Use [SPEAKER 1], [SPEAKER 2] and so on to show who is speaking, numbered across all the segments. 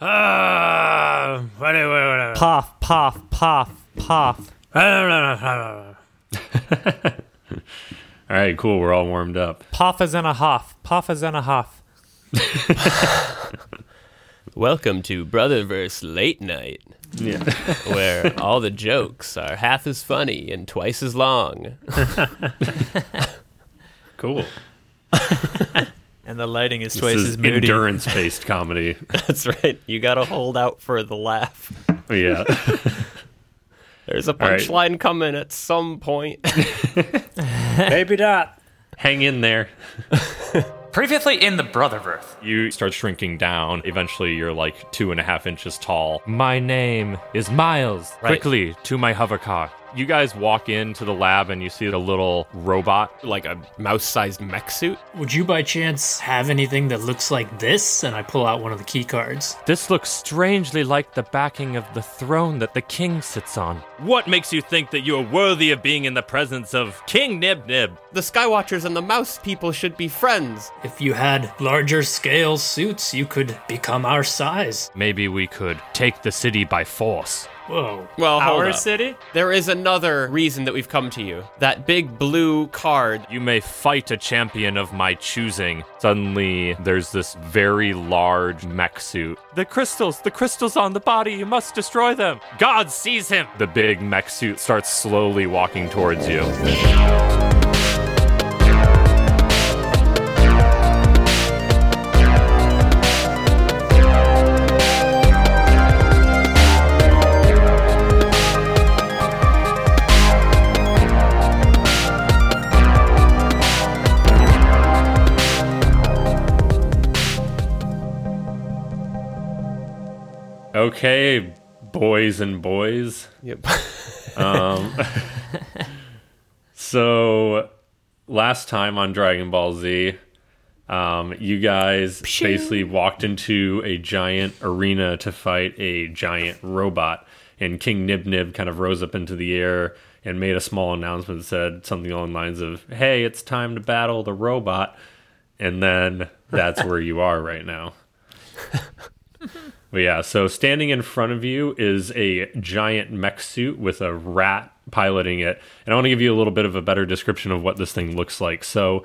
[SPEAKER 1] Ah, Puff, puff, puff, puff.
[SPEAKER 2] All right, cool. We're all warmed up.
[SPEAKER 1] Puff is in a huff. Puff is in a huff.
[SPEAKER 3] Welcome to Brotherverse Late Night,
[SPEAKER 2] Yeah.
[SPEAKER 3] where all the jokes are half as funny and twice as long.
[SPEAKER 2] Cool.
[SPEAKER 4] And the lighting is
[SPEAKER 2] This
[SPEAKER 4] twice
[SPEAKER 2] is
[SPEAKER 4] as moody.
[SPEAKER 2] endurance-based comedy.
[SPEAKER 3] That's right. You got to hold out for the laugh.
[SPEAKER 2] yeah.
[SPEAKER 3] There's a
[SPEAKER 2] All right.
[SPEAKER 3] punchline coming at some point.
[SPEAKER 1] Baby dot.
[SPEAKER 2] Hang in there.
[SPEAKER 4] Previously in the Brotherverse.
[SPEAKER 2] You start shrinking down. Eventually, you're like two and a half inches tall. My name is Miles. Quickly to my hovercar. You guys walk into the lab and you see the little robot.
[SPEAKER 3] like a mouse sized mech suit.
[SPEAKER 5] Would you by chance have anything that looks like this? And I pull out one of the key cards.
[SPEAKER 2] This looks strangely like the backing of the throne that the king sits on. What makes you think that you are worthy of being in the presence of King Nib Nib?
[SPEAKER 3] The Skywatchers and the mouse people should be friends.
[SPEAKER 5] If you had larger scale suits, you could become our size.
[SPEAKER 2] Maybe we could take the city by force.
[SPEAKER 5] Whoa.
[SPEAKER 3] Well, hold
[SPEAKER 4] Our
[SPEAKER 3] up.
[SPEAKER 4] city?
[SPEAKER 3] There is another reason that we've come to you. That big blue card.
[SPEAKER 2] You may fight a champion of my choosing. Suddenly, there's this very large mech suit. The crystals, the crystals on the body, you must destroy them. God sees him. The big mech suit starts slowly walking towards you. Okay, boys and boys.
[SPEAKER 3] Yep.
[SPEAKER 2] So, last time on Dragon Ball Z, um, you guys basically walked into a giant arena to fight a giant robot, and King Nib Nib kind of rose up into the air and made a small announcement that said something along the lines of, "Hey, it's time to battle the robot," and then that's where you are right now. But yeah, so standing in front of you is a giant mech suit with a rat piloting it. And I want to give you a little bit of a better description of what this thing looks like. So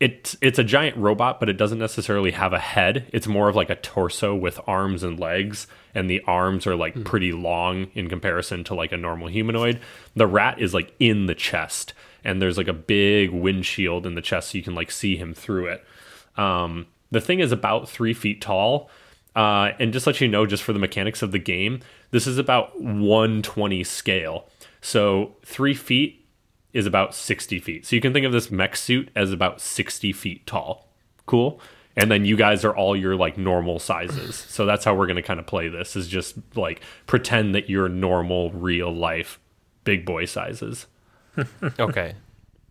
[SPEAKER 2] it's it's a giant robot, but it doesn't necessarily have a head. It's more of like a torso with arms and legs, and the arms are like pretty long in comparison to like a normal humanoid. The rat is like in the chest, and there's like a big windshield in the chest so you can like see him through it. Um, the thing is about three feet tall. Uh, and just let you know, just for the mechanics of the game, this is about 120 scale. So three feet is about 60 feet. So you can think of this mech suit as about 60 feet tall. Cool. And then you guys are all your like normal sizes. So that's how we're going to kind of play this is just like pretend that you're normal, real life big boy sizes.
[SPEAKER 3] okay.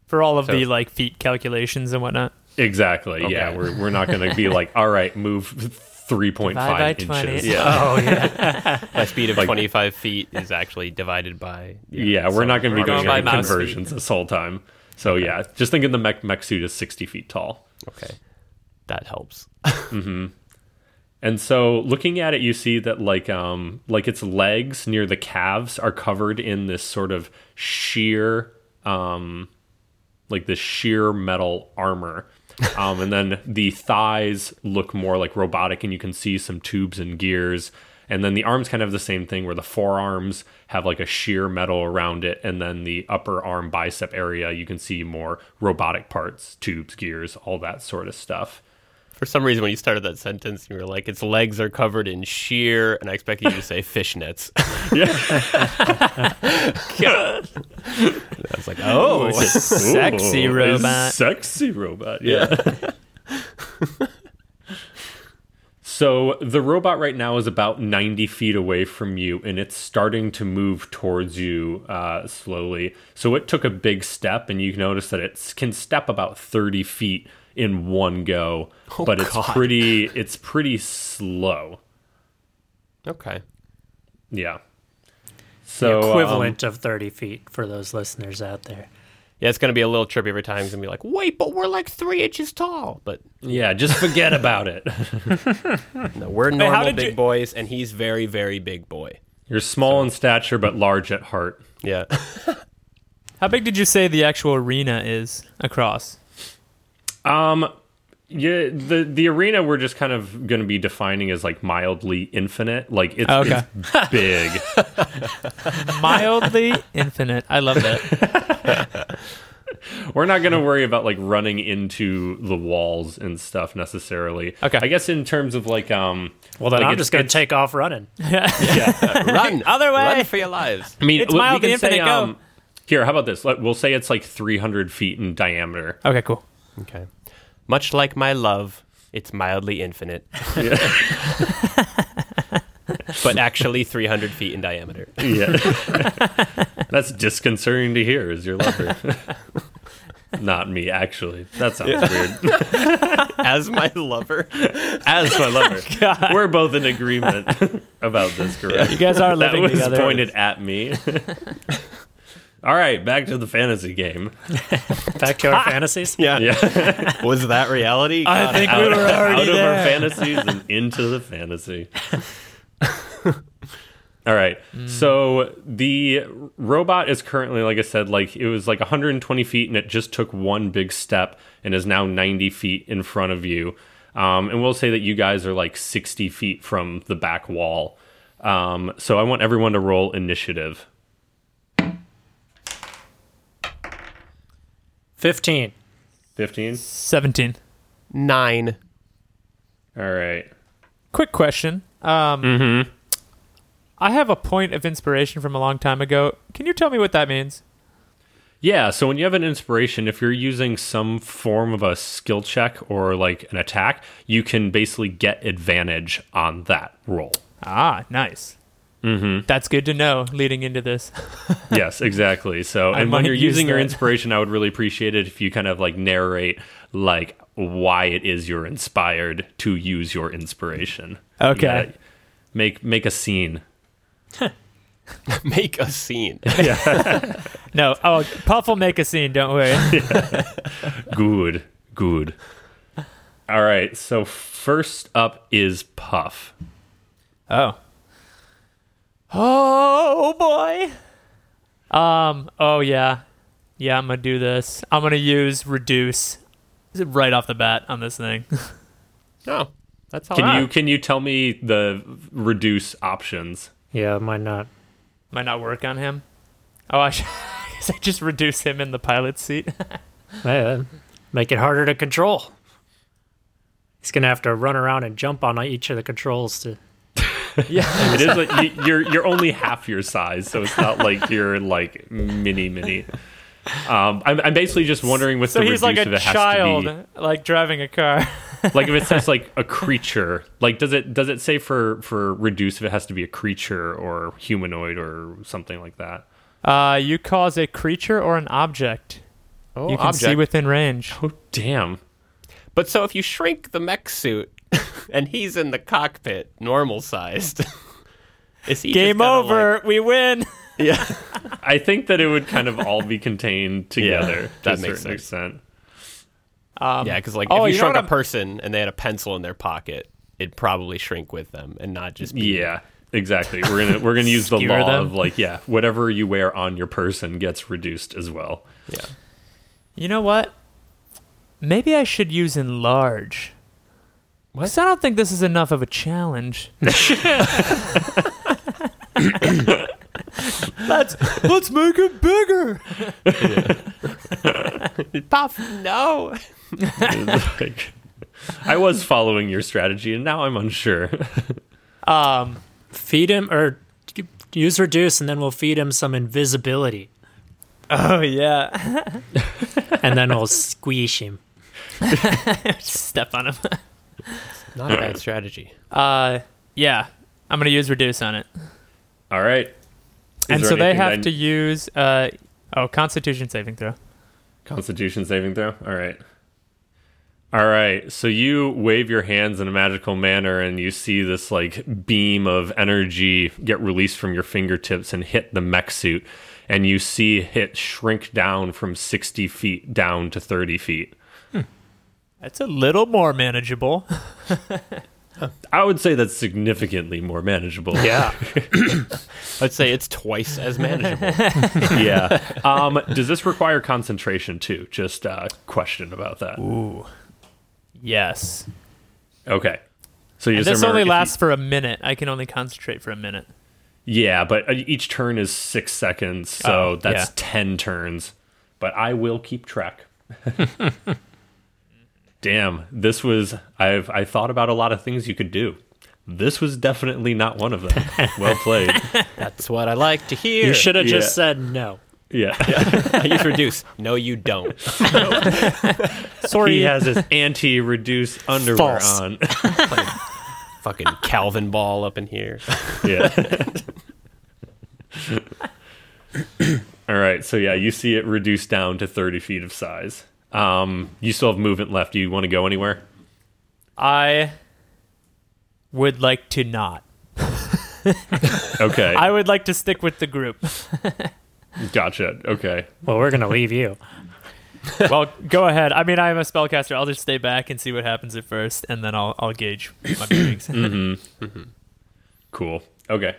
[SPEAKER 4] For all of
[SPEAKER 3] So-
[SPEAKER 4] the like feet calculations and whatnot.
[SPEAKER 2] Exactly. Yeah.
[SPEAKER 3] Okay.
[SPEAKER 2] We're, we're not going to be like, all right, move 3.5
[SPEAKER 4] Divide by 20.
[SPEAKER 2] inches.
[SPEAKER 4] Oh, yeah.
[SPEAKER 3] My speed of 25 feet is actually divided by.
[SPEAKER 2] Yeah, we're not going to be
[SPEAKER 4] going
[SPEAKER 2] doing
[SPEAKER 4] by
[SPEAKER 2] any
[SPEAKER 4] mouse
[SPEAKER 2] conversions this whole time. So yeah, just thinking the mech, mech suit is 60 feet tall.
[SPEAKER 3] Okay. That helps.
[SPEAKER 2] And so looking at it, you see that like um like its legs near the calves are covered in this sort of sheer um like this sheer metal armor. Um, and then the thighs look more like robotic, and you can see some tubes and gears. And then the arms kind of have the same thing, where the forearms have like a sheer metal around it, and then the upper arm bicep area you can see more robotic parts, tubes, gears, all that sort of stuff.
[SPEAKER 3] For some reason, when you started that sentence, you were like, its legs are covered in sheer, and I expected you to say fishnets. I was like, oh.
[SPEAKER 4] Sexy
[SPEAKER 2] Ooh,
[SPEAKER 4] robot.
[SPEAKER 2] it's Sexy robot. Yeah. so the robot right now is about 90 feet away from you and it's starting to move towards you uh, slowly. So it took a big step and you can notice that it can step about 30 feet in one go, but it's pretty it's pretty slow.
[SPEAKER 3] Okay.
[SPEAKER 2] Yeah. So um,
[SPEAKER 5] Equivalent of 30 feet for those listeners out there.
[SPEAKER 3] Yeah, it's going to be a little trippy every time. It's going to be like, wait, but we're like three inches tall. But
[SPEAKER 2] um, yeah, just forget about it.
[SPEAKER 3] no, we're
[SPEAKER 4] how
[SPEAKER 3] normal
[SPEAKER 4] did
[SPEAKER 3] big
[SPEAKER 4] you-
[SPEAKER 3] boys, and he's very, very big boy.
[SPEAKER 2] You're small in stature but large at heart.
[SPEAKER 3] Yeah.
[SPEAKER 4] How big did you say the actual arena is across?
[SPEAKER 2] Yeah, the the arena we're just kind of going to be defining as like mildly infinite. Like it's,
[SPEAKER 4] Oh, Okay.
[SPEAKER 2] it's big.
[SPEAKER 4] Mildly infinite. I love that.
[SPEAKER 2] we're not going to worry about like running into the walls and stuff necessarily.
[SPEAKER 4] Okay.
[SPEAKER 2] I guess in terms of like um
[SPEAKER 1] Well, then
[SPEAKER 2] like
[SPEAKER 1] I'm
[SPEAKER 2] it's-
[SPEAKER 1] just going to
[SPEAKER 2] it's-
[SPEAKER 1] take off running.
[SPEAKER 3] Run.
[SPEAKER 4] Other way.
[SPEAKER 3] Run for your lives.
[SPEAKER 2] I mean,
[SPEAKER 4] It's
[SPEAKER 2] we- we
[SPEAKER 4] mildly
[SPEAKER 2] can say,
[SPEAKER 4] infinite, go.
[SPEAKER 2] um, Here, how about this? Let- We'll say it's like 300 feet in diameter.
[SPEAKER 4] Okay, cool.
[SPEAKER 3] Okay. Much like my love, it's mildly infinite. but actually 300 feet in diameter.
[SPEAKER 2] Yeah. That's disconcerting to hear is your lover. Not me, actually. That sounds weird.
[SPEAKER 3] As my lover.
[SPEAKER 2] As my lover. We're both in agreement about this, correct?
[SPEAKER 4] You guys
[SPEAKER 2] that
[SPEAKER 4] are living
[SPEAKER 2] was
[SPEAKER 4] together.
[SPEAKER 2] pointed at me. All right, back to the fantasy game.
[SPEAKER 1] Back to our fantasies.
[SPEAKER 3] Yeah.
[SPEAKER 2] Yeah.
[SPEAKER 3] Was that reality?
[SPEAKER 4] I think we were
[SPEAKER 2] Out
[SPEAKER 4] already
[SPEAKER 2] of
[SPEAKER 4] there.
[SPEAKER 2] our fantasies and into the fantasy. All right.
[SPEAKER 4] Mm.
[SPEAKER 2] So the robot is currently, like I said, like it was like 120 feet and it just took one big step and is now 90 feet in front of you. Um, and we'll say that you guys are like 60 feet from the back wall. Um, so I want everyone to roll initiative.
[SPEAKER 1] 15.
[SPEAKER 2] 15.
[SPEAKER 4] 17.
[SPEAKER 3] Nine.
[SPEAKER 2] All right.
[SPEAKER 4] Quick question. Um, I have a point of inspiration from a long time ago. Can you tell me what that means?
[SPEAKER 2] Yeah, so when you have an inspiration, if you're using some form of a skill check or like an attack, you can basically get advantage on that roll.
[SPEAKER 4] Ah, nice. Mm-hmm. That's good to know leading into this.
[SPEAKER 2] yes, exactly. So,
[SPEAKER 4] I
[SPEAKER 2] and when
[SPEAKER 4] might
[SPEAKER 2] you're
[SPEAKER 4] use
[SPEAKER 2] using your
[SPEAKER 4] that.
[SPEAKER 2] inspiration, I would really appreciate it if you kind of like narrate like why it is you're inspired to use your inspiration. You
[SPEAKER 4] Okay.
[SPEAKER 2] gotta Make make a scene.
[SPEAKER 3] Make a scene.
[SPEAKER 4] No, oh, Puff will make a scene, don't worry.
[SPEAKER 2] Good. Good. All right. So, first up is Puff.
[SPEAKER 4] oh. Oh, boy. Um, oh, yeah. Yeah, I'm going to do this. I'm going to use reduce right off the bat on this thing.
[SPEAKER 3] No. That's all
[SPEAKER 2] Can
[SPEAKER 3] right.
[SPEAKER 2] you can you tell me the reduce options?
[SPEAKER 1] Yeah, might not.
[SPEAKER 4] Might not work on him. Oh, I should I guess I just reduce him in the pilot seat.
[SPEAKER 1] Man, Eh, make it harder to control. He's going to have to run around and jump on each of the controls to.
[SPEAKER 2] It is like you, you're you're only half your size, so it's not like you're like mini mini. Um, I'm, I'm basically just wondering with
[SPEAKER 4] so
[SPEAKER 2] the reduce
[SPEAKER 4] he's like
[SPEAKER 2] if
[SPEAKER 4] a
[SPEAKER 2] it has to
[SPEAKER 4] child, like driving a car.
[SPEAKER 2] be like if it says like a creature. Like does it does it say for for reduce if it has to be a creature or humanoid or something like that?
[SPEAKER 4] Uh, you cause a creature or an object
[SPEAKER 3] oh,
[SPEAKER 4] you can see within range.
[SPEAKER 2] Oh damn!
[SPEAKER 3] But so if you shrink the mech suit and he's in the cockpit, normal sized, is he just
[SPEAKER 4] Game
[SPEAKER 3] kinda
[SPEAKER 4] over. we win.
[SPEAKER 3] like- yeah.
[SPEAKER 2] I think that it would kind of all be contained together to
[SPEAKER 3] that
[SPEAKER 2] a
[SPEAKER 3] makes
[SPEAKER 2] certain extent.
[SPEAKER 4] Um,
[SPEAKER 3] Yeah, because like
[SPEAKER 4] Oh,
[SPEAKER 3] if you,
[SPEAKER 4] you know
[SPEAKER 3] shrunk
[SPEAKER 4] what
[SPEAKER 3] a
[SPEAKER 4] I'm-
[SPEAKER 3] person and they had a pencil in their pocket, it'd probably shrink with them and not just be
[SPEAKER 2] Yeah, exactly. We're gonna we're gonna use the
[SPEAKER 4] Skewer
[SPEAKER 2] law
[SPEAKER 4] them.
[SPEAKER 2] of like yeah, whatever you wear on your person gets reduced as well.
[SPEAKER 4] You know what? Maybe I should use enlarge. Because I don't think this is enough of a challenge. let's let's make it bigger.
[SPEAKER 3] Puff, no.
[SPEAKER 2] Like, I was following your strategy and now I'm unsure.
[SPEAKER 4] Um,
[SPEAKER 1] Feed him or use reduce, and then we'll feed him some invisibility.
[SPEAKER 4] Oh yeah.
[SPEAKER 1] And then we'll squeeze him.
[SPEAKER 4] Step on him.
[SPEAKER 3] Not a bad strategy.
[SPEAKER 4] Uh yeah. I'm gonna use reduce on it.
[SPEAKER 2] All right. Is
[SPEAKER 4] and
[SPEAKER 2] there
[SPEAKER 4] so they
[SPEAKER 2] anything
[SPEAKER 4] have
[SPEAKER 2] that-
[SPEAKER 4] to use uh oh constitution saving throw.
[SPEAKER 2] Constitution saving throw. All right. All right. So you wave your hands in a magical manner and you see this like beam of energy get released from your fingertips and hit the mech suit. And you see it shrink down from 60 feet down to 30 feet.
[SPEAKER 4] That's a little more manageable.
[SPEAKER 2] I would say that's significantly more manageable.
[SPEAKER 1] Yeah.
[SPEAKER 3] I'd say it's twice as manageable.
[SPEAKER 2] yeah. Um, does this require concentration too? Just a question about that.
[SPEAKER 4] Yes.
[SPEAKER 2] Okay. So you just
[SPEAKER 4] this
[SPEAKER 2] remember
[SPEAKER 4] only
[SPEAKER 2] if you-
[SPEAKER 4] lasts for a minute. I can only concentrate for a minute.
[SPEAKER 2] yeah, but uh, each turn is six seconds, so
[SPEAKER 4] Oh,
[SPEAKER 2] that's
[SPEAKER 4] yeah.
[SPEAKER 2] ten turns. But I will keep track. Damn, this was I've I thought about a lot of things you could do. This was definitely not one of them. Well played.
[SPEAKER 3] That's what I like to hear.
[SPEAKER 1] you should have
[SPEAKER 2] Yeah.
[SPEAKER 1] just said no.
[SPEAKER 2] Yeah.
[SPEAKER 3] use reduce. No, you don't.
[SPEAKER 4] Sorry.
[SPEAKER 2] He has his anti reduce underwear
[SPEAKER 4] False.
[SPEAKER 2] on.
[SPEAKER 3] Fucking Calvin Ball up in here.
[SPEAKER 2] Yeah. All right. So yeah, you see it reduced down to 30 feet of size. Um, you still have movement left. Do you want to go anywhere?
[SPEAKER 4] I would like to not.
[SPEAKER 2] Okay.
[SPEAKER 4] I would like to stick with the group.
[SPEAKER 2] gotcha. Okay.
[SPEAKER 1] Well, we're gonna leave you.
[SPEAKER 4] well, go ahead. I mean, I am a spellcaster. I'll just stay back and see what happens at first, and then I'll I'll gauge my bearings.
[SPEAKER 2] Mm. Cool. Okay.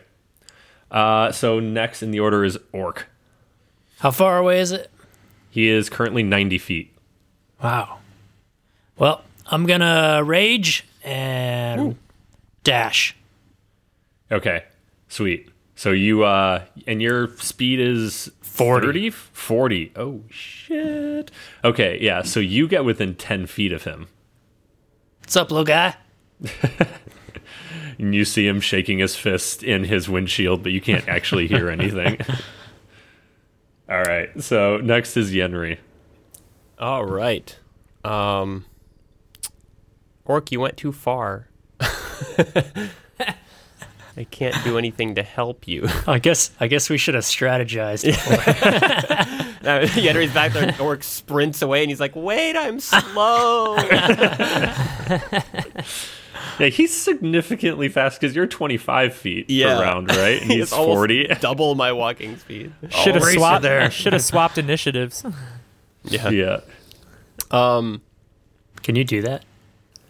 [SPEAKER 2] Uh, so next in the order is Orc.
[SPEAKER 1] How far away is it?
[SPEAKER 2] He is currently 90 feet.
[SPEAKER 1] Wow. Well, I'm gonna rage and dash.
[SPEAKER 2] Okay. Sweet. So you uh and your speed is
[SPEAKER 1] 40.
[SPEAKER 2] 30? 40. Oh shit. Okay, yeah. So you get within 10 feet of him.
[SPEAKER 1] What's up, little guy?
[SPEAKER 2] And you see him shaking his fist in his windshield, but you can't actually hear anything. All right. So next is Yenri.
[SPEAKER 3] All right. Um, Orc, you went too far. I can't do anything to help you.
[SPEAKER 1] I guess I guess we should have strategized.
[SPEAKER 3] Now, Yenri's back there. Orc sprints away, and he's like, "Wait, I'm slow."
[SPEAKER 2] Yeah, he's significantly fast because you're 25 feet
[SPEAKER 3] Yeah.
[SPEAKER 2] per round, right? And he's
[SPEAKER 3] It's almost
[SPEAKER 2] 40.
[SPEAKER 3] double my walking speed.
[SPEAKER 4] Should have
[SPEAKER 1] racer
[SPEAKER 4] swapped.
[SPEAKER 1] there.
[SPEAKER 4] Should have swapped initiatives.
[SPEAKER 2] Yeah.
[SPEAKER 3] Um,
[SPEAKER 1] Can you do that?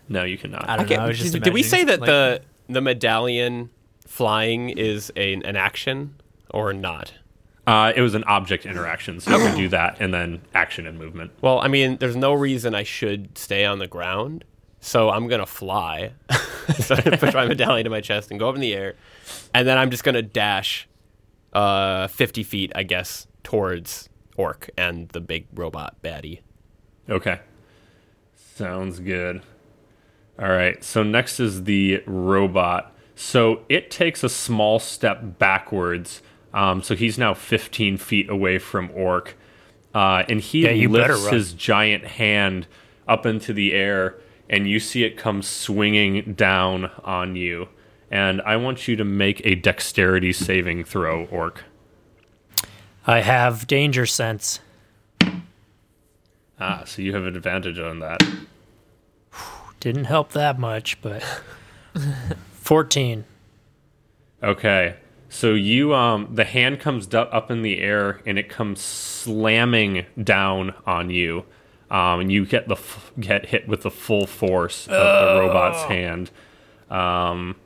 [SPEAKER 2] No, you cannot.
[SPEAKER 4] Oh, I don't
[SPEAKER 3] okay,
[SPEAKER 4] know. I was just
[SPEAKER 3] did, did we say
[SPEAKER 4] imagining,
[SPEAKER 3] that
[SPEAKER 4] like-
[SPEAKER 3] the the medallion flying is a, an action or not?
[SPEAKER 2] Uh, it was an object interaction, so you can do that and then action and movement.
[SPEAKER 3] Well, I mean, there's no reason I should stay on the ground, so I'm gonna fly. so I push my medallion to my chest and go up in the air, and then I'm just gonna dash, uh, 50 feet, I guess, towards Orc and the big robot baddie.
[SPEAKER 2] Okay. Sounds good. All right. So next is the robot. So it takes a small step backwards. Um, so he's now 15 feet away from Orc. Uh, and he
[SPEAKER 1] Yeah, you better
[SPEAKER 2] lifts
[SPEAKER 1] run.
[SPEAKER 2] his giant hand up into the air, and you see it come swinging down on you. And I want you to make a dexterity saving throw, Orc.
[SPEAKER 1] I have danger sense.
[SPEAKER 2] Ah, so you have an advantage on that.
[SPEAKER 1] Didn't help that much, but fourteen.
[SPEAKER 2] Okay. So you um the hand comes du- up in the air and it comes slamming down on you. Um and you get the f- get hit with the full force of the robot's hand. Um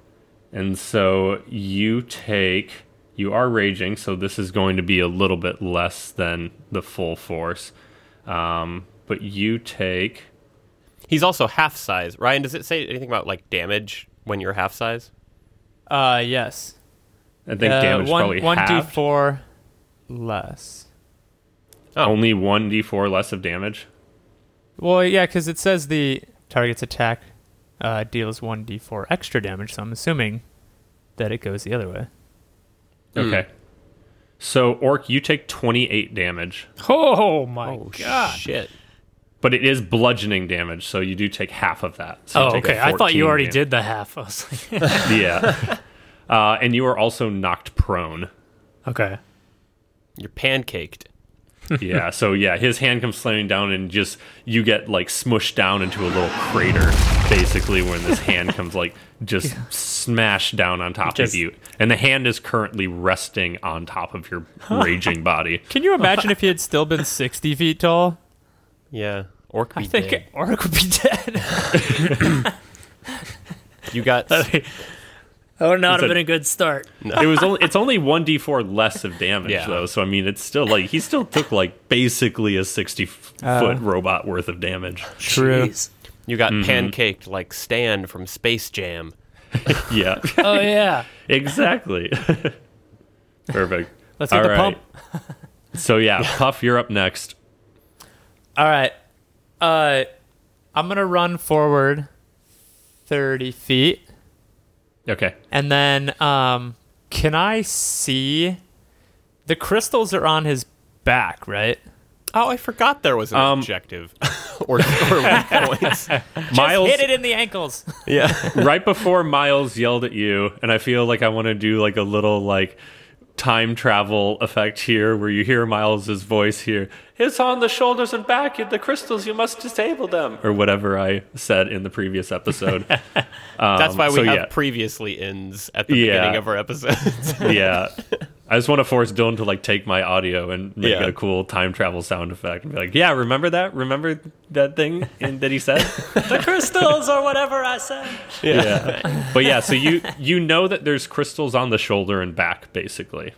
[SPEAKER 2] and so you take you are raging, so this is going to be a little bit less than the full force. Um but you take
[SPEAKER 3] He's also half size. Ryan, does it say anything about like damage when you're half size?
[SPEAKER 4] Uh, yes.
[SPEAKER 2] I think damage
[SPEAKER 4] Uh, one,
[SPEAKER 2] probably
[SPEAKER 4] one
[SPEAKER 2] halved.
[SPEAKER 4] d4 less.
[SPEAKER 2] Oh, only 1d4 less of damage.
[SPEAKER 4] Well, yeah, because it says the target's attack uh, deals one d4 extra damage, so I'm assuming that it goes the other way.
[SPEAKER 1] Hmm.
[SPEAKER 2] Okay. So, Orc, you take 28 damage,
[SPEAKER 1] Oh my
[SPEAKER 3] Shit.
[SPEAKER 2] but it is bludgeoning damage, so you do take half of that. So you
[SPEAKER 1] Oh,
[SPEAKER 2] take a
[SPEAKER 1] okay. I thought
[SPEAKER 2] 14
[SPEAKER 1] you already
[SPEAKER 2] dam-
[SPEAKER 1] did the half. I was like,
[SPEAKER 2] Yeah. uh, and you are also knocked prone.
[SPEAKER 1] okay.
[SPEAKER 3] You're pancaked.
[SPEAKER 2] Yeah. so, yeah, his hand comes slamming down, and just you get like smushed down into a little crater, basically, when this hand comes like just smashed down on top
[SPEAKER 1] Just-
[SPEAKER 2] of you. And the hand is currently resting on top of your raging body.
[SPEAKER 4] Can you imagine if he had still been 60 feet tall?
[SPEAKER 3] Yeah. Orc be
[SPEAKER 4] I think
[SPEAKER 3] dead.
[SPEAKER 4] Orc would be dead.
[SPEAKER 3] You got
[SPEAKER 1] that would not
[SPEAKER 2] It's
[SPEAKER 1] have
[SPEAKER 2] a-
[SPEAKER 1] been a good start.
[SPEAKER 2] It was only it's only one d four less of damage
[SPEAKER 3] Yeah.
[SPEAKER 2] though, so I mean it's still like he still took like basically a sixty f-
[SPEAKER 4] Oh.
[SPEAKER 2] foot robot worth of damage.
[SPEAKER 4] True.
[SPEAKER 5] Jeez.
[SPEAKER 3] you got pancaked like Stan from Space Jam.
[SPEAKER 2] Yeah,
[SPEAKER 1] Oh yeah.
[SPEAKER 2] exactly. Perfect.
[SPEAKER 4] Let's hit the pump.
[SPEAKER 2] so yeah, Puff, you're up next.
[SPEAKER 4] All right. Uh, I'm gonna run forward thirty feet,
[SPEAKER 2] Okay.
[SPEAKER 4] and then um, can I see? The crystals are on his back, right?
[SPEAKER 3] Oh, I forgot there was an
[SPEAKER 2] Um,
[SPEAKER 3] objective or, or weak points.
[SPEAKER 2] Miles,
[SPEAKER 4] Hit it in the ankles.
[SPEAKER 3] Yeah.
[SPEAKER 2] right before Miles yelled at you, and I feel like I want to do like a little like time travel effect here, where you hear Miles's voice here. It's on the shoulders and back. The crystals, you must disable them, or whatever I said in the previous episode.
[SPEAKER 3] That's why we
[SPEAKER 2] Um, so
[SPEAKER 3] have
[SPEAKER 2] yeah.
[SPEAKER 3] previously ends at the
[SPEAKER 2] Yeah.
[SPEAKER 3] beginning of our episodes.
[SPEAKER 2] yeah, I just want to force Dylan to like take my audio and make
[SPEAKER 3] Yeah.
[SPEAKER 2] it a cool time travel sound effect, and be like, "Yeah, remember that? Remember that thing in, that he said?"
[SPEAKER 1] The crystals or whatever I said.
[SPEAKER 2] yeah. But yeah, so you you know that there's crystals on the shoulder and back basically.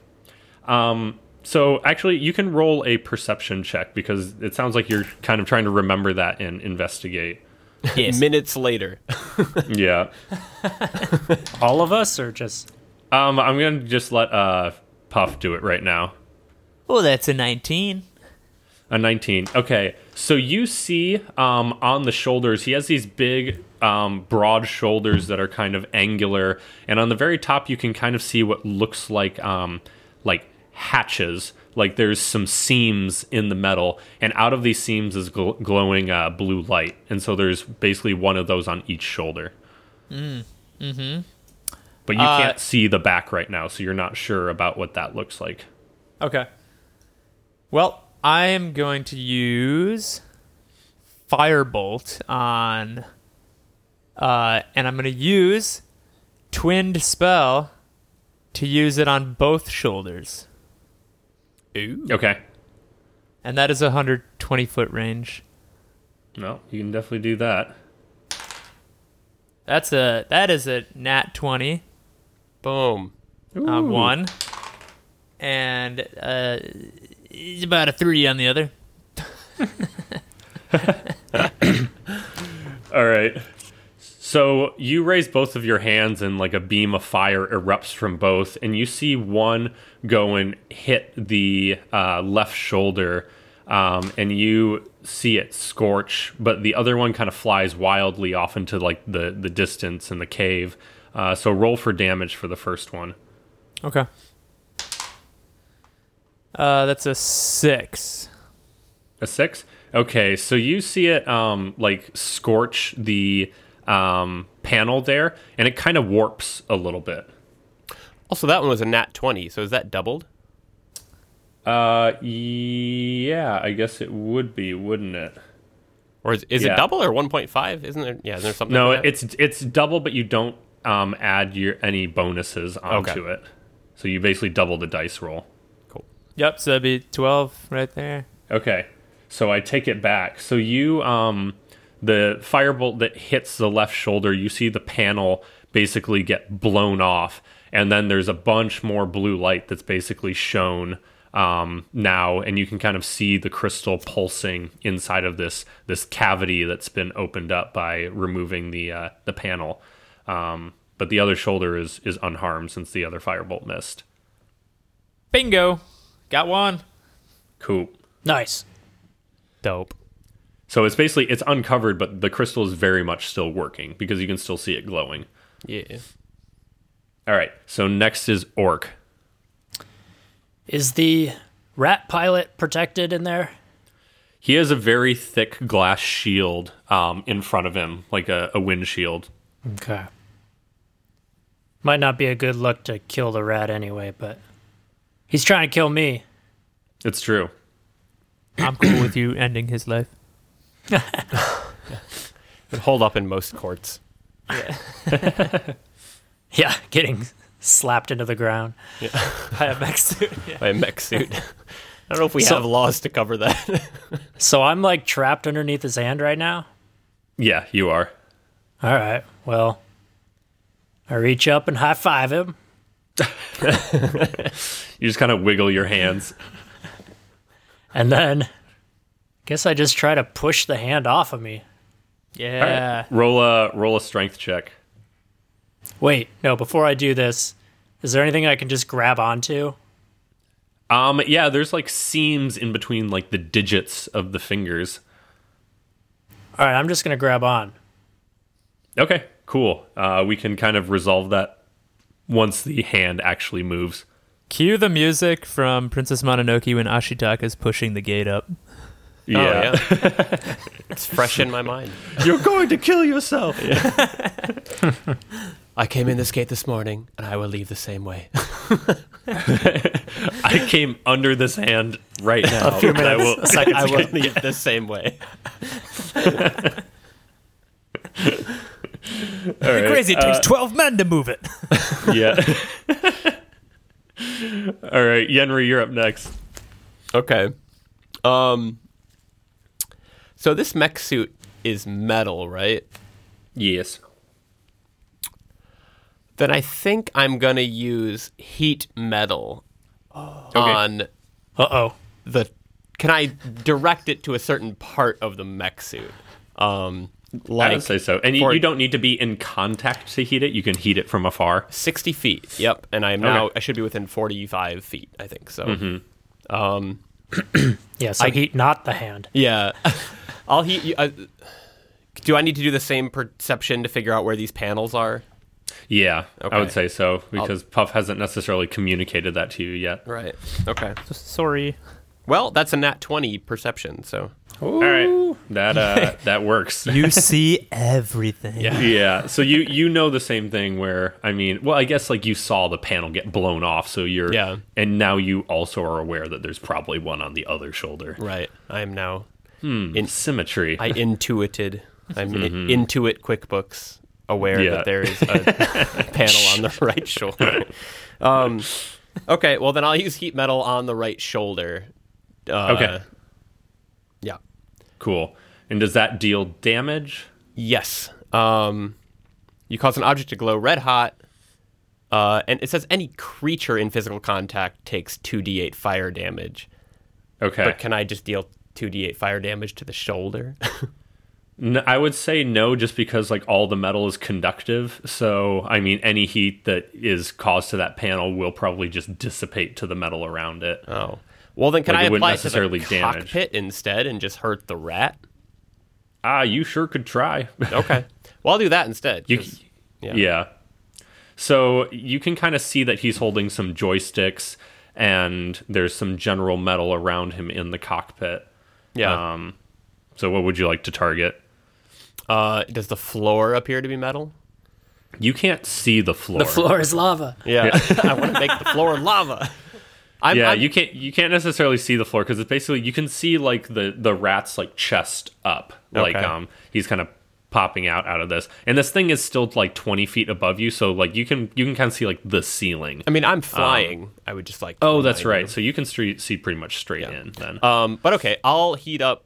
[SPEAKER 2] Um so actually you can roll a perception check because it sounds like you're kind of trying to remember that and investigate.
[SPEAKER 3] Minutes later.
[SPEAKER 2] Yeah.
[SPEAKER 1] All of us or just
[SPEAKER 2] Um I'm going to just let uh Puff do it right now.
[SPEAKER 4] Oh, that's a 19.
[SPEAKER 2] A 19. Okay. So you see um, on the shoulders, he has these big, um, broad shoulders that are kind of angular. And on the very top, you can kind of see what looks like um, like hatches. Like there's some seams in the metal. And out of these seams is gl- glowing uh, blue light. And so there's basically one of those on each shoulder. Mm. Mm-hmm. But you can't see the back right now. So you're not sure about what that looks like.
[SPEAKER 4] Okay. Well, I am going to use Firebolt on. Uh, and I'm going to use Twinned Spell to use it on both shoulders.
[SPEAKER 3] Ooh.
[SPEAKER 2] Okay.
[SPEAKER 4] And that is a 120 foot range.
[SPEAKER 2] No, you can definitely do that.
[SPEAKER 4] That's a that is a nat 20
[SPEAKER 3] Boom.
[SPEAKER 4] on one, and uh, it's about a three on the other.
[SPEAKER 2] All right. So you raise both of your hands, and like a beam of fire erupts from both, and you see one go and hit the uh, left shoulder, um, and you see it scorch, but the other one kind of flies wildly off into like the the distance and the cave. Uh, so roll for damage for the first one.
[SPEAKER 4] Okay. Uh, that's a six.
[SPEAKER 2] A six. Okay, so you see it um, like scorch the um, panel there, and it kind of warps a little bit.
[SPEAKER 3] Also, that one was a nat 20, so is that doubled?
[SPEAKER 2] Uh, yeah, I guess it would be, wouldn't it?
[SPEAKER 3] Or is, is
[SPEAKER 2] Yeah.
[SPEAKER 3] it double or 1.5? Isn't there, yeah, is there something?
[SPEAKER 2] No,
[SPEAKER 3] like that?
[SPEAKER 2] it's it's double, but you don't um add your any bonuses onto
[SPEAKER 3] Okay.
[SPEAKER 2] it. So you basically double the dice roll.
[SPEAKER 3] cool.
[SPEAKER 4] Yep, so that'd be twelve right there.
[SPEAKER 2] Okay, so I take it back. So you um the firebolt that hits the left shoulder, you see the panel basically get blown off, and then there's a bunch more blue light that's basically shown um now and you can kind of see the crystal pulsing inside of this this cavity that's been opened up by removing the uh the panel um but the other shoulder is is unharmed since the other firebolt missed
[SPEAKER 4] Bingo, got one.
[SPEAKER 2] cool
[SPEAKER 1] nice.
[SPEAKER 3] Dope.
[SPEAKER 2] So it's basically it's uncovered, but the crystal is very much still working because you can still see it glowing.
[SPEAKER 3] Yeah.
[SPEAKER 2] All right. So next is orc.
[SPEAKER 1] Is the rat pilot protected in there?
[SPEAKER 2] He has a very thick glass shield um, in front of him, like a, a windshield.
[SPEAKER 1] Okay. Might not be a good look to kill the rat anyway, but he's trying to kill me.
[SPEAKER 2] It's true.
[SPEAKER 4] I'm cool with you ending his life.
[SPEAKER 3] It'd hold up in most courts.
[SPEAKER 1] Yeah, getting slapped into the ground.
[SPEAKER 4] I have max suit. Yeah.
[SPEAKER 3] by a mech suit. I don't know if we
[SPEAKER 1] So-
[SPEAKER 3] have laws to cover that.
[SPEAKER 1] So I'm like trapped underneath his hand right now.
[SPEAKER 2] Yeah, you are.
[SPEAKER 1] All right. Well, I reach up and high five him.
[SPEAKER 2] You just kind of wiggle your hands.
[SPEAKER 1] And then guess I just try to push the hand off of me.
[SPEAKER 4] Yeah.
[SPEAKER 2] Roll a roll a strength check.
[SPEAKER 1] Wait, no, before I do this, is there anything I can just grab onto?
[SPEAKER 2] Um, yeah, there's like seams in between like the digits of the fingers.
[SPEAKER 1] All right, I'm just going to grab on.
[SPEAKER 2] Okay, cool. Uh, we can kind of resolve that once the hand actually moves.
[SPEAKER 4] Cue the music from Princess Mononoke when Ashitaka's pushing the gate up.
[SPEAKER 3] Oh, it's fresh in my mind.
[SPEAKER 2] you're going to kill yourself.
[SPEAKER 3] I came in this gate this morning, and I will leave the same way.
[SPEAKER 2] I came under this hand right now.
[SPEAKER 1] few
[SPEAKER 2] but I
[SPEAKER 1] minutes.
[SPEAKER 2] will-
[SPEAKER 1] Seconds
[SPEAKER 3] I will leave the same way.
[SPEAKER 2] All right. uh,
[SPEAKER 4] Crazy, it takes 12 men to move it.
[SPEAKER 2] yeah. All right, Yenri, you're up next.
[SPEAKER 3] Okay. Um. So this mech suit is metal, right?
[SPEAKER 2] Yes.
[SPEAKER 3] Then I think I'm gonna use heat metal on
[SPEAKER 1] Uh oh.
[SPEAKER 3] the. Can I direct it to a certain part of the mech suit? Um,
[SPEAKER 2] I
[SPEAKER 3] like
[SPEAKER 2] would say so. And you,
[SPEAKER 3] for-
[SPEAKER 2] you don't need to be in contact to heat it. You can heat it from afar.
[SPEAKER 3] 60 feet. Yep. And I am now,
[SPEAKER 2] Okay.
[SPEAKER 3] I should be within 45 feet, I think. So,
[SPEAKER 1] Yeah, so I heat not the hand.
[SPEAKER 3] yeah. I'll heat you. Uh, do I need to do the same perception to figure out where these panels are?
[SPEAKER 2] Yeah, I
[SPEAKER 3] Okay.
[SPEAKER 2] would say so because Puff hasn't necessarily communicated that to you yet.
[SPEAKER 3] Right. Okay.
[SPEAKER 4] Sorry.
[SPEAKER 3] Well, that's a nat 20 perception. So,
[SPEAKER 2] All right, that uh, that works.
[SPEAKER 4] You see everything. Yeah.
[SPEAKER 2] yeah, so you you know the same thing where I mean, well, I guess like you saw the panel get blown off, so you're
[SPEAKER 3] Yeah.
[SPEAKER 2] and now you also are aware that there's probably one on the other shoulder.
[SPEAKER 3] right. I am now,
[SPEAKER 2] Symmetry.
[SPEAKER 3] I intuited, I'm in- intuit QuickBooks aware
[SPEAKER 2] Yeah.
[SPEAKER 3] that there is a panel on the right shoulder. Um, okay. Well, then I'll use heat metal on the right shoulder. Uh,
[SPEAKER 2] okay,
[SPEAKER 3] Yeah.
[SPEAKER 2] cool. And does that deal damage?
[SPEAKER 3] Yes. Um, you cause an object to glow red hot. Uh, and it says any creature in physical contact takes 2d8 fire damage.
[SPEAKER 2] Okay,
[SPEAKER 3] But can I just deal 2d8 fire damage to the shoulder?
[SPEAKER 2] N- I would say no, just because like all the metal is conductive. So I mean, any heat that is caused to that panel will probably just dissipate to the metal around it.
[SPEAKER 3] oh. Well, then can
[SPEAKER 2] Like,
[SPEAKER 3] I
[SPEAKER 2] it wouldn't
[SPEAKER 3] apply it to
[SPEAKER 2] necessarily
[SPEAKER 3] the
[SPEAKER 2] damage.
[SPEAKER 3] cockpit instead and just hurt the rat?
[SPEAKER 2] Ah, you sure could try.
[SPEAKER 3] Okay. well, I'll do that instead.
[SPEAKER 2] You,
[SPEAKER 3] 'cause-
[SPEAKER 2] yeah.
[SPEAKER 3] yeah.
[SPEAKER 2] So you can kind of see that he's holding some joysticks, and there's some general metal around him in the cockpit.
[SPEAKER 3] yeah.
[SPEAKER 2] Um, so what would you like to target?
[SPEAKER 3] uh, does the floor appear to be metal?
[SPEAKER 2] You can't see the floor.
[SPEAKER 1] The floor is lava.
[SPEAKER 3] Yeah. I want to make the floor lava. I'm,
[SPEAKER 2] yeah,
[SPEAKER 3] I'm-
[SPEAKER 2] you can't you can't necessarily see the floor because it's basically you can see like the the rat's like chest up, like
[SPEAKER 3] Okay.
[SPEAKER 2] um he's kind of popping out out of this, and this thing is still like twenty feet above you, so like you can you can kind of see like the ceiling.
[SPEAKER 3] I mean, I'm flying. I would just like. to
[SPEAKER 2] Um, oh, that's
[SPEAKER 3] remind you.
[SPEAKER 2] right. Uh, So you can stre- see pretty much straight in then.
[SPEAKER 3] Um, but okay, I'll heat up,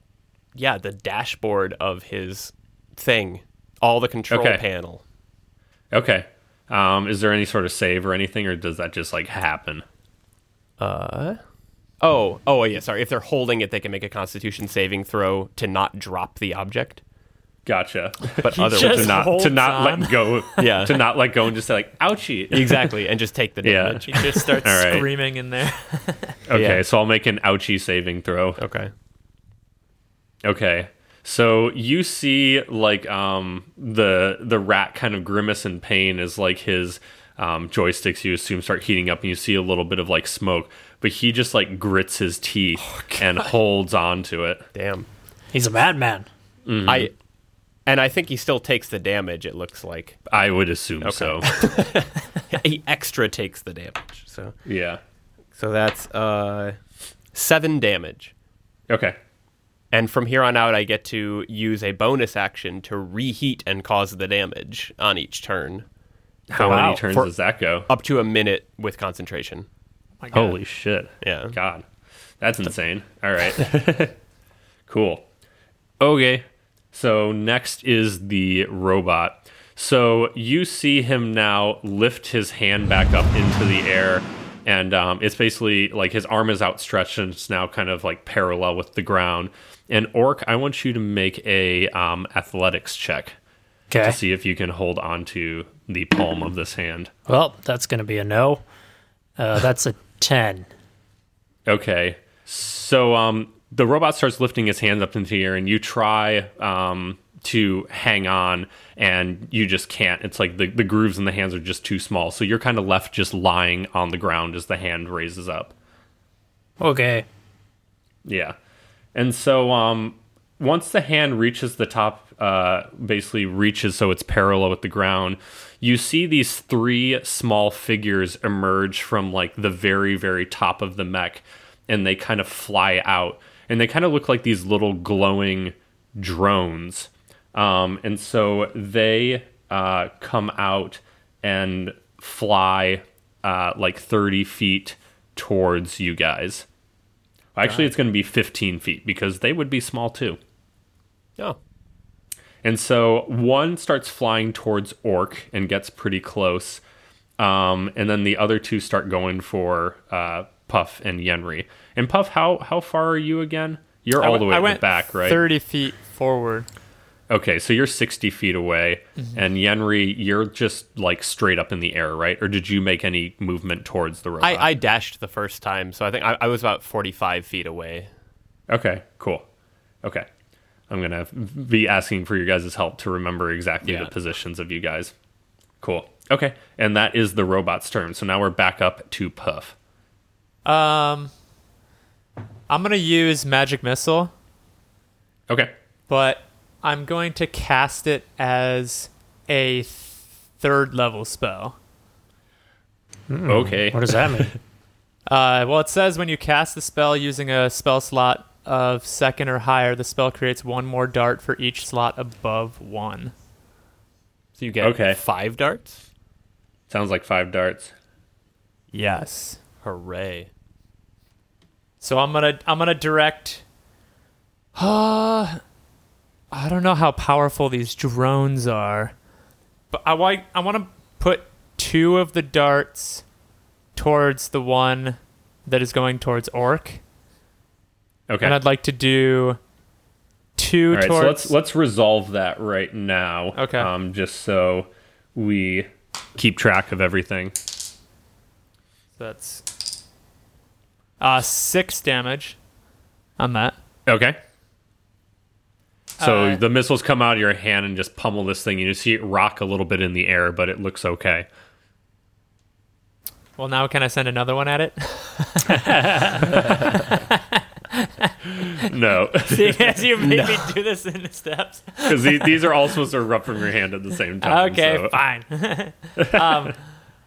[SPEAKER 3] yeah, the dashboard of his thing, all the control
[SPEAKER 2] Okay.
[SPEAKER 3] panel.
[SPEAKER 2] okay, um, is there any sort of save or anything, or does that just like happen?
[SPEAKER 3] Oh, oh yeah, sorry. If they're holding it, they can make a Constitution saving throw to not drop the object.
[SPEAKER 2] Gotcha.
[SPEAKER 3] But otherwise,
[SPEAKER 2] to not to
[SPEAKER 4] holds
[SPEAKER 2] not let go.
[SPEAKER 3] Yeah.
[SPEAKER 2] To not let go and just say like ouchie.
[SPEAKER 3] exactly, and just take the
[SPEAKER 2] Yeah.
[SPEAKER 3] damage.
[SPEAKER 4] He just starts
[SPEAKER 2] All right.
[SPEAKER 4] screaming in there.
[SPEAKER 2] Okay,
[SPEAKER 3] Yeah.
[SPEAKER 2] so I'll make an ouchie saving throw.
[SPEAKER 3] Okay.
[SPEAKER 2] Okay. So you see like um the the rat kind of grimace in pain as like his um joysticks you assume start heating up and you see a little bit of like smoke, but he just like grits his teeth and holds on to it.
[SPEAKER 3] Damn.
[SPEAKER 1] He's a madman.
[SPEAKER 3] I, and I think he still takes the damage. It looks like
[SPEAKER 2] I would assume so.
[SPEAKER 3] he extra takes the damage. So,
[SPEAKER 2] yeah.
[SPEAKER 3] so that's uh, seven damage.
[SPEAKER 2] Okay.
[SPEAKER 3] And from here on out, I get to use a bonus action to reheat and cause the damage on each turn,
[SPEAKER 2] How
[SPEAKER 1] Wow.
[SPEAKER 2] many turns
[SPEAKER 3] For-
[SPEAKER 2] does that go?
[SPEAKER 3] up to a minute with concentration.
[SPEAKER 4] My God.
[SPEAKER 2] Holy shit.
[SPEAKER 3] Yeah.
[SPEAKER 2] God. That's insane. All right. cool. Okay. So next is the robot. So you see him now lift his hand back up into the air, and um, it's basically like his arm is outstretched and it's now kind of like parallel with the ground. And Orc, I want you to make a um, athletics check
[SPEAKER 1] Okay.
[SPEAKER 2] to see if you can hold onto the palm of this hand.
[SPEAKER 1] Well, that's going to be a no. Uh, that's a 10.
[SPEAKER 2] Okay. So um, the robot starts lifting his hands up into the air, and you try um, to hang on, and you just can't. It's like the, the grooves in the hands are just too small. So you're kind of left just lying on the ground as the hand raises up.
[SPEAKER 1] Okay.
[SPEAKER 2] Yeah. And so um, once the hand reaches the top, uh, basically reaches so it's parallel with the ground, you see these three small figures emerge from like the very, very top of the mech and they kind of fly out. And they kind of look like these little glowing drones. Um, and so they uh, come out and fly uh, like 30 feet towards you guys. Actually, it's going to be 15 feet because they would be small too.
[SPEAKER 3] Oh,
[SPEAKER 2] And so one starts flying towards Orc and gets pretty close. Um, and then the other two start going for uh, Puff and Yenri. And Puff, how, how far are you again? You're all the way
[SPEAKER 4] I
[SPEAKER 2] in the
[SPEAKER 4] went
[SPEAKER 2] back, right?
[SPEAKER 4] Thirty feet forward.
[SPEAKER 2] Okay, so you're 60 feet away.
[SPEAKER 4] Mm-hmm.
[SPEAKER 2] And Yenri, you're just like straight up in the air, right? Or did you make any movement towards the robot?
[SPEAKER 3] I, I dashed the first time, so I think I, I was about 45 feet away.
[SPEAKER 2] Okay, cool. Okay. I'm going to be asking for your guys' help to remember exactly
[SPEAKER 3] Yeah.
[SPEAKER 2] the positions of you guys. Cool. Okay. And that is the robot's turn. So now we're back up to Puff.
[SPEAKER 4] Um, I'm gonna use magic missile,
[SPEAKER 2] Okay.
[SPEAKER 4] but I'm going to cast it as a th- third level spell.
[SPEAKER 2] Okay.
[SPEAKER 1] What does that mean?
[SPEAKER 4] Uh, well, it says when you cast the spell using a spell slot of second or higher, the spell creates one more dart for each slot above one.
[SPEAKER 3] So you get
[SPEAKER 2] Okay.
[SPEAKER 3] five darts?
[SPEAKER 2] Sounds like five darts.
[SPEAKER 4] Yes.
[SPEAKER 3] Hooray.
[SPEAKER 4] So I'm gonna I'm gonna direct. Uh, I don't know how powerful these drones are, but I want I want to put two of the darts towards the one that is going towards Orc,
[SPEAKER 2] Okay.
[SPEAKER 4] and I'd like to do two
[SPEAKER 2] All right.
[SPEAKER 4] towards.
[SPEAKER 2] So let's let's resolve that right now.
[SPEAKER 4] Okay.
[SPEAKER 2] Um, just so we keep track of everything.
[SPEAKER 4] That's uh six damage on that.
[SPEAKER 2] Okay. So
[SPEAKER 4] Uh,
[SPEAKER 2] the missiles come out of your hand and just pummel this thing. You see it rock a little bit in the air, but it looks okay.
[SPEAKER 4] Well, now can I send another one at it?
[SPEAKER 2] No.
[SPEAKER 4] Yes, you made me do this in the steps.
[SPEAKER 2] because these, are all supposed to rub from your hand at the same time.
[SPEAKER 4] Okay,
[SPEAKER 2] so-
[SPEAKER 4] fine. um,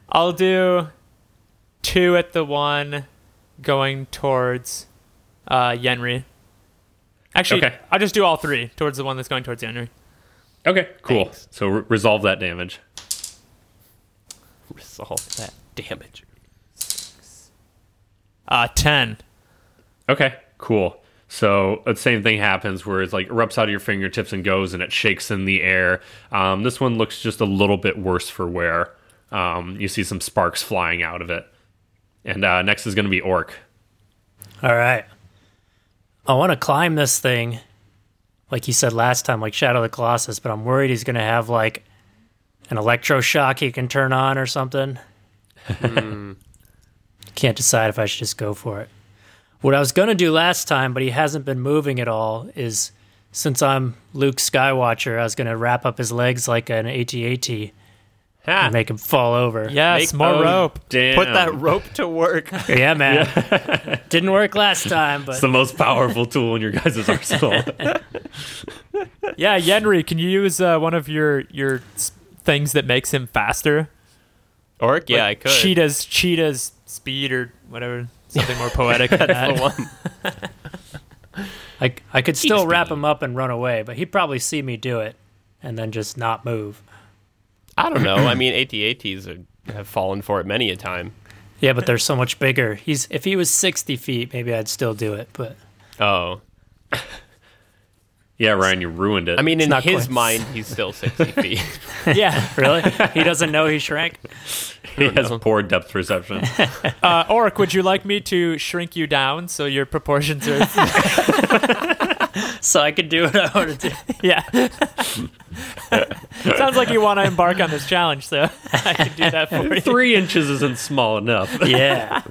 [SPEAKER 4] I'll do two at the one going towards uh, Yenri. Actually,
[SPEAKER 2] Okay.
[SPEAKER 4] I'll just do all three towards the one that's going towards Yenri.
[SPEAKER 2] Okay, cool.
[SPEAKER 3] Thanks.
[SPEAKER 2] So re- resolve that damage.
[SPEAKER 3] Resolve that damage.
[SPEAKER 4] Uh, ten.
[SPEAKER 2] Okay, cool. So the same thing happens where it's like erupts out of your fingertips and goes, and it shakes in the air. Um, this one looks just a little bit worse for wear. Um, you see some sparks flying out of it. And uh, next is going to be Orc.
[SPEAKER 1] All right. I want to climb this thing, like he said last time, like Shadow of the Colossus, but I'm worried he's going to have like an electroshock he can turn on or something. Can't decide if I should just go for it. What I was going to do last time, but he hasn't been moving at all, is since I'm Luke Skywatcher, I was going to wrap up his legs like an AT-AT
[SPEAKER 3] Ha!
[SPEAKER 1] and make him fall over.
[SPEAKER 4] Yes, more
[SPEAKER 3] those-
[SPEAKER 4] rope.
[SPEAKER 2] Damn.
[SPEAKER 3] Put that rope to work.
[SPEAKER 1] Yeah, man. Didn't work last time, but
[SPEAKER 2] It's the most powerful tool in your guys' arsenal.
[SPEAKER 4] Yeah, Yenri, can you use uh, one of your your s- things that makes him faster?
[SPEAKER 3] Orc? Yeah, I could.
[SPEAKER 4] Cheetah's cheetah's speed or whatever, something more poetic than that.
[SPEAKER 3] The one-
[SPEAKER 1] I, I could still wrap him up and run away, but he'd probably see me do it and then just not move.
[SPEAKER 3] I don't know. I mean, AT-ATs are, have fallen for it many a time.
[SPEAKER 1] Yeah, but they're so much bigger. He's if he was sixty feet, maybe I'd still do it. But
[SPEAKER 3] Oh.
[SPEAKER 2] Yeah, Ryan, you ruined it.
[SPEAKER 3] I mean, in
[SPEAKER 1] not
[SPEAKER 3] his
[SPEAKER 1] quite-
[SPEAKER 3] mind, he's still 60 feet.
[SPEAKER 4] Yeah.
[SPEAKER 1] Really? he doesn't know he shrank?
[SPEAKER 2] he has poor depth perception.
[SPEAKER 4] Uh, Orc, would you like me to shrink you down so your proportions are?
[SPEAKER 1] So I could do what I want to do.
[SPEAKER 4] yeah. Sounds like you want to embark on this challenge, so I can do that for you.
[SPEAKER 2] Three inches isn't small enough.
[SPEAKER 1] Yeah.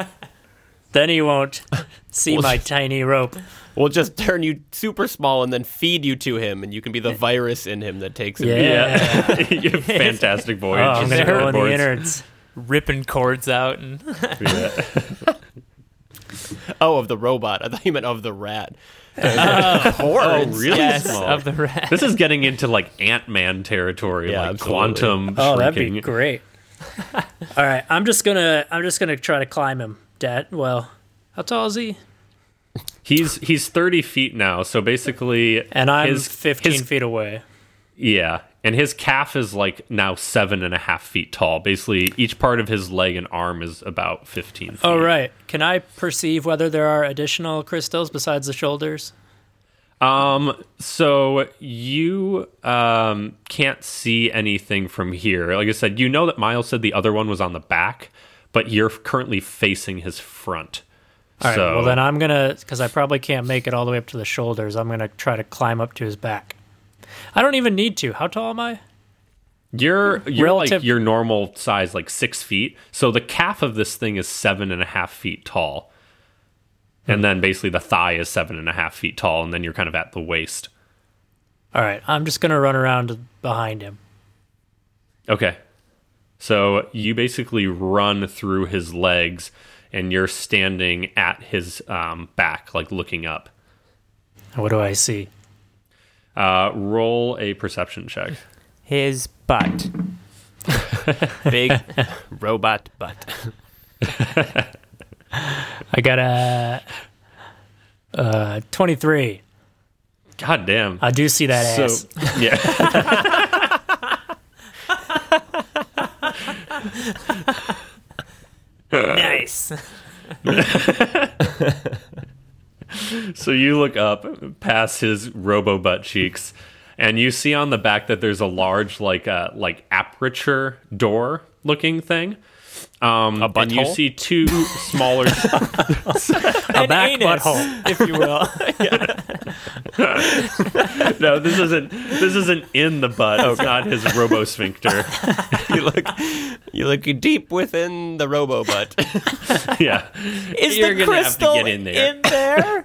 [SPEAKER 1] then he won't see
[SPEAKER 3] Well,
[SPEAKER 1] my tiny rope.
[SPEAKER 3] we'll just turn you super small and then feed you to him, and you can be the virus in him that takes him.
[SPEAKER 1] Yeah.
[SPEAKER 2] Yeah. You- Fantastic
[SPEAKER 1] Oh,
[SPEAKER 2] voyage.
[SPEAKER 1] I'm going to go on the
[SPEAKER 2] Surfboards.
[SPEAKER 1] innards.
[SPEAKER 4] Ripping cords out and
[SPEAKER 2] Yeah.
[SPEAKER 3] Oh, of the robot. I thought you meant of the rat.
[SPEAKER 2] Oh, really
[SPEAKER 4] yes
[SPEAKER 2] small.
[SPEAKER 4] of the rat.
[SPEAKER 2] this is getting into like Ant Man territory,
[SPEAKER 3] Yeah,
[SPEAKER 2] like
[SPEAKER 3] absolutely.
[SPEAKER 2] quantum
[SPEAKER 1] Oh, that'd
[SPEAKER 2] shrinking.
[SPEAKER 1] be great. All right, I'm just gonna I'm just gonna try to climb him. Dad, well, how tall is he?
[SPEAKER 2] He's he's thirty feet now, so basically,
[SPEAKER 1] And I'm
[SPEAKER 2] his-
[SPEAKER 1] 15
[SPEAKER 2] his-
[SPEAKER 1] feet away.
[SPEAKER 2] Yeah, and his calf is like now seven and a half feet tall. Basically, each part of his leg and arm is about fifteen. Feet.
[SPEAKER 1] Oh right. Can I perceive whether there are additional crystals besides the shoulders?
[SPEAKER 2] Um, so you um can't see anything from here. Like I said, you know that Miles said the other one was on the back, but you're currently facing his front.
[SPEAKER 1] All right.
[SPEAKER 2] so
[SPEAKER 1] Well, then I'm gonna because I probably can't make it all the way up to the shoulders. I'm gonna try to climb up to his back. I don't even need to. How tall am I?
[SPEAKER 2] you're you're like
[SPEAKER 1] relative-
[SPEAKER 2] your normal size, like six feet. So the calf of this thing is seven and a half feet tall, and then basically the thigh is seven and a half feet tall, and then you're kind of at the waist.
[SPEAKER 1] All right. I'm just gonna run around behind him.
[SPEAKER 2] Okay. So you basically run through his legs and you're standing at his um, back, like looking up.
[SPEAKER 1] What do I see?
[SPEAKER 2] Uh, roll a perception check.
[SPEAKER 4] His butt.
[SPEAKER 3] Big robot butt.
[SPEAKER 1] I got a uh, 23.
[SPEAKER 2] God damn.
[SPEAKER 1] I do see that
[SPEAKER 2] so,
[SPEAKER 1] ass.
[SPEAKER 2] Yeah.
[SPEAKER 4] Nice.
[SPEAKER 2] so you look up past his robo butt cheeks and you see on the back that there's a large, like, uh, like aperture door looking thing. Um,
[SPEAKER 3] A
[SPEAKER 2] and you
[SPEAKER 3] butthole?
[SPEAKER 2] see two smaller
[SPEAKER 4] A
[SPEAKER 1] back
[SPEAKER 4] anus,
[SPEAKER 1] butthole.
[SPEAKER 4] if you will.
[SPEAKER 2] No, this isn't. This isn't in the butt. It's not his robo sphincter.
[SPEAKER 3] You look, you look deep within the robo butt.
[SPEAKER 2] Yeah,
[SPEAKER 4] Is
[SPEAKER 2] You're
[SPEAKER 4] the
[SPEAKER 2] gonna have to
[SPEAKER 4] crystal
[SPEAKER 2] get in there.
[SPEAKER 4] in there?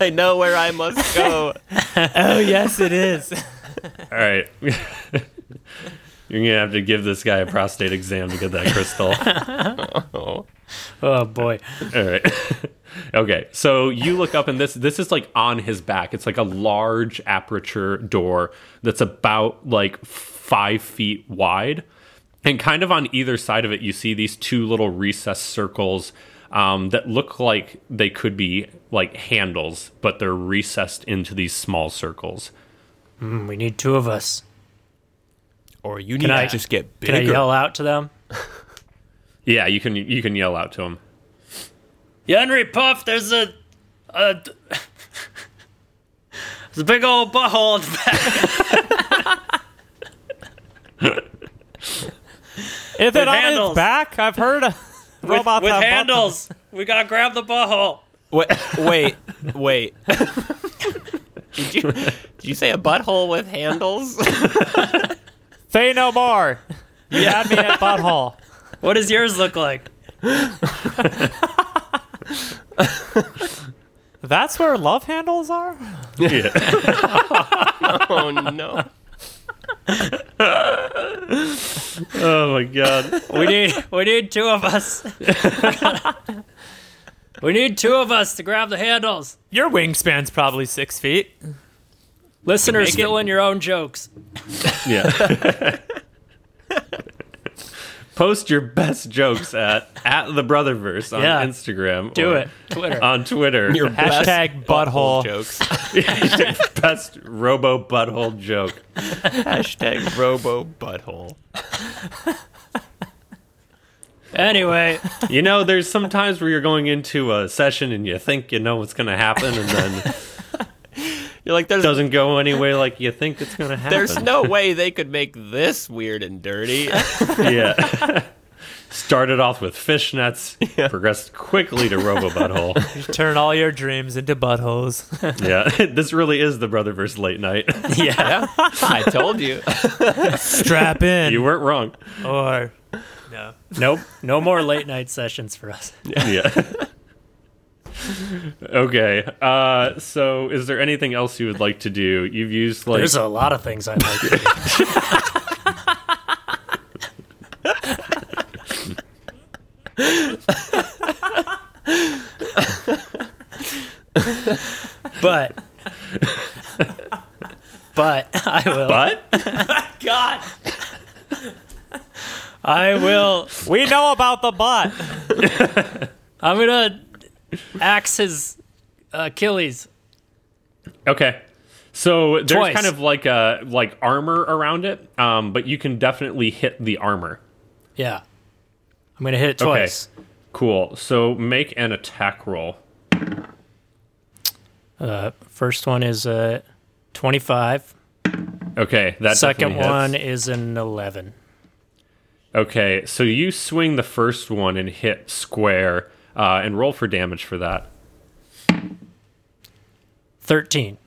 [SPEAKER 3] I know where I must go.
[SPEAKER 4] oh yes, it is.
[SPEAKER 2] All right. You're gonna have to give this guy a prostate exam to get that crystal.
[SPEAKER 1] Oh, boy.
[SPEAKER 2] All right. Okay. So you look up and this this is like on his back. It's like a large aperture door that's about like five feet wide. And kind of on either side of it, you see these two little recessed circles um, that look like they could be like handles, but they're recessed into these small circles.
[SPEAKER 1] Mm, we need two of us.
[SPEAKER 3] Or you need
[SPEAKER 1] I-
[SPEAKER 3] to just get
[SPEAKER 1] Can I
[SPEAKER 3] bigger.
[SPEAKER 1] yell out to them?
[SPEAKER 2] Yeah, you can you can yell out to him.
[SPEAKER 1] Henry Puff, there's a. a there's a big old butthole in the back.
[SPEAKER 4] If it on its
[SPEAKER 1] handles.
[SPEAKER 4] back, I've heard a robot
[SPEAKER 1] with
[SPEAKER 4] have butt-
[SPEAKER 1] handles. We gotta grab the butthole.
[SPEAKER 3] Wait, wait, wait. did, you, did you say a butthole with handles?
[SPEAKER 4] Say no more. You had me at butthole.
[SPEAKER 1] What does yours look like?
[SPEAKER 4] That's where love handles are.
[SPEAKER 2] Yeah.
[SPEAKER 3] oh no.
[SPEAKER 2] oh my god.
[SPEAKER 1] We need we need two of us. we need two of us to grab the handles.
[SPEAKER 4] Your wingspan's probably six feet.
[SPEAKER 1] Listeners, fill in your own jokes.
[SPEAKER 2] Yeah. Post your best jokes at at the Brotherverse on
[SPEAKER 1] Yeah.
[SPEAKER 2] Instagram.
[SPEAKER 1] Do
[SPEAKER 2] or
[SPEAKER 1] it. Twitter.
[SPEAKER 2] on Twitter.
[SPEAKER 3] Your best
[SPEAKER 4] Hashtag Uh, butthole.
[SPEAKER 3] jokes.
[SPEAKER 2] best robo butthole joke.
[SPEAKER 3] Hashtag robo butthole.
[SPEAKER 1] Anyway,
[SPEAKER 2] You know, there's some times where you're going into a session and you think you know what's going to happen, and then
[SPEAKER 3] You're like, there's
[SPEAKER 2] Doesn't go anywhere like you think it's gonna happen.
[SPEAKER 3] there's no way they could make this weird and dirty.
[SPEAKER 2] yeah. Started off with fishnets, progressed quickly to Robo Butthole.
[SPEAKER 4] Turn all your dreams into buttholes.
[SPEAKER 2] yeah, this really is the brother versus late night.
[SPEAKER 3] yeah,
[SPEAKER 1] yeah.
[SPEAKER 3] I told you.
[SPEAKER 4] Strap in.
[SPEAKER 2] you weren't wrong.
[SPEAKER 4] or no.
[SPEAKER 1] Nope. No more late night sessions for us.
[SPEAKER 2] Yeah. okay. Uh, so, is there anything else you would like to do? You've used like
[SPEAKER 1] There's a lot of things I like. to do. but but I will
[SPEAKER 2] but
[SPEAKER 4] God,
[SPEAKER 1] I will
[SPEAKER 4] we know about the bot.
[SPEAKER 1] I'm gonna axe his Achilles.
[SPEAKER 2] okay. So there's
[SPEAKER 1] Twice.
[SPEAKER 2] kind of like a like armor around it, um, but you can definitely hit the armor.
[SPEAKER 1] Yeah. I'm gonna hit it twice.
[SPEAKER 2] Cool. So make an attack roll.
[SPEAKER 1] First one is uh, 25.
[SPEAKER 2] Okay, that
[SPEAKER 1] Second
[SPEAKER 2] definitely hits.
[SPEAKER 1] one is an 11.
[SPEAKER 2] Okay, so you swing the first one and hit square, uh, and roll for damage for that.
[SPEAKER 1] 13.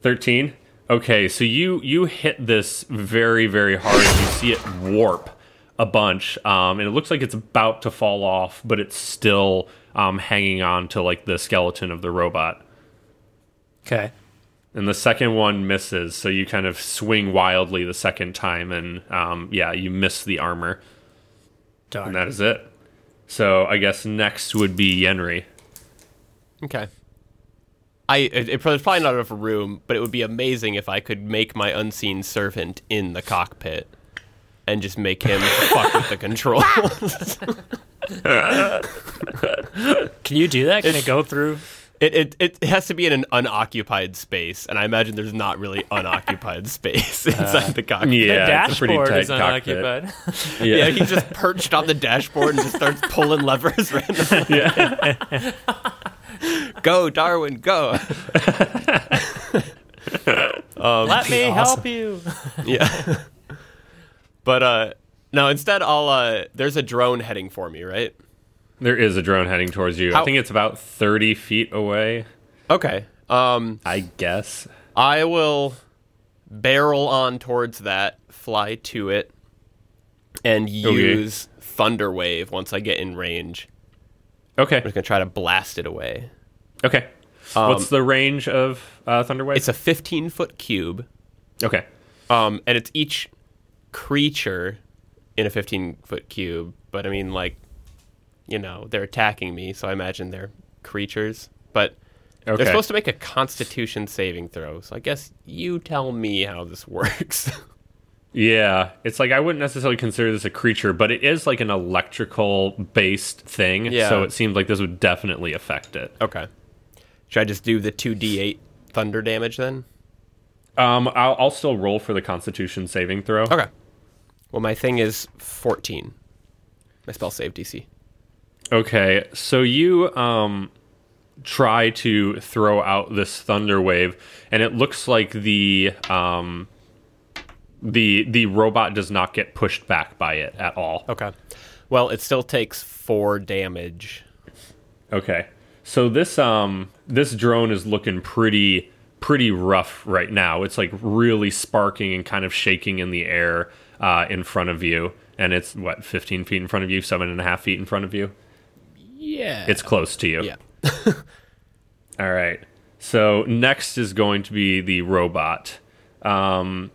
[SPEAKER 2] 13 okay so you you hit this very very hard you see it warp a bunch um, and it looks like it's about to fall off but it's still um, hanging on to like the skeleton of the robot
[SPEAKER 1] Okay.
[SPEAKER 2] and the second one misses so you kind of swing wildly the second time and um, yeah you miss the armor
[SPEAKER 1] Darn.
[SPEAKER 2] and that is it so i guess next would be yenri
[SPEAKER 3] Okay. I it, it- there's probably not enough room, but it would be amazing if I could make my unseen servant in the cockpit and just make him fuck with the controls.
[SPEAKER 1] Can you do that? Can it go through?
[SPEAKER 3] It, it it has to be in an unoccupied space, and I imagine there's not really unoccupied space inside the cockpit.
[SPEAKER 2] yeah
[SPEAKER 4] the
[SPEAKER 2] it's a pretty
[SPEAKER 4] dashboard
[SPEAKER 2] tight
[SPEAKER 4] is
[SPEAKER 2] cockpit.
[SPEAKER 4] unoccupied.
[SPEAKER 3] Yeah,
[SPEAKER 2] yeah.
[SPEAKER 3] he's just perched on the dashboard and just starts pulling levers randomly.
[SPEAKER 2] yeah.
[SPEAKER 3] Go, Darwin, go.
[SPEAKER 4] Let me
[SPEAKER 1] Awesome.
[SPEAKER 4] help you.
[SPEAKER 3] Yeah. but uh no, instead I'll uh there's a drone heading for me, right?
[SPEAKER 2] There is a drone heading towards you. I
[SPEAKER 3] How-
[SPEAKER 2] think it's about 30 feet away,
[SPEAKER 3] Okay. Um
[SPEAKER 2] I guess.
[SPEAKER 3] I will barrel on towards that, fly to it, and use Thunder Wave once I get in range. I'm
[SPEAKER 2] Okay.
[SPEAKER 3] just gonna try to blast it away.
[SPEAKER 2] Okay. What's the range of uh, Thunderwave?
[SPEAKER 3] Um, It's a 15 foot cube,
[SPEAKER 2] okay.
[SPEAKER 3] um, and it's each creature in a 15 foot cube. But I mean, like, you know, they're attacking me, so I imagine they're creatures. But
[SPEAKER 2] Okay.
[SPEAKER 3] they're supposed to make a Constitution saving throw. So I guess you tell me how this works.
[SPEAKER 2] yeah. It's like I wouldn't necessarily consider this a creature, but it is like an electrical based thing.
[SPEAKER 3] Yeah.
[SPEAKER 2] So it seems like this would definitely affect it.
[SPEAKER 3] Okay. Should I just do the 2d8 thunder damage then?
[SPEAKER 2] Um, I'll, I'll still roll for the Constitution saving throw.
[SPEAKER 3] Okay. Well, my thing is 14. My spell save DC.
[SPEAKER 2] Okay, so you um try to throw out this thunder wave, and it looks like the um the the robot does not get pushed back by it at all.
[SPEAKER 3] Okay. Well, it still takes 4 damage.
[SPEAKER 2] Okay. So this um this drone is looking pretty pretty rough right now. It's like really sparking and kind of shaking in the air uh, in front of you, and it's what fifteen feet in front of you, seven and a half feet in front of you.
[SPEAKER 3] Yeah.
[SPEAKER 2] It's close to you.
[SPEAKER 3] yeah.
[SPEAKER 2] All right. So next is going to be the robot. Um,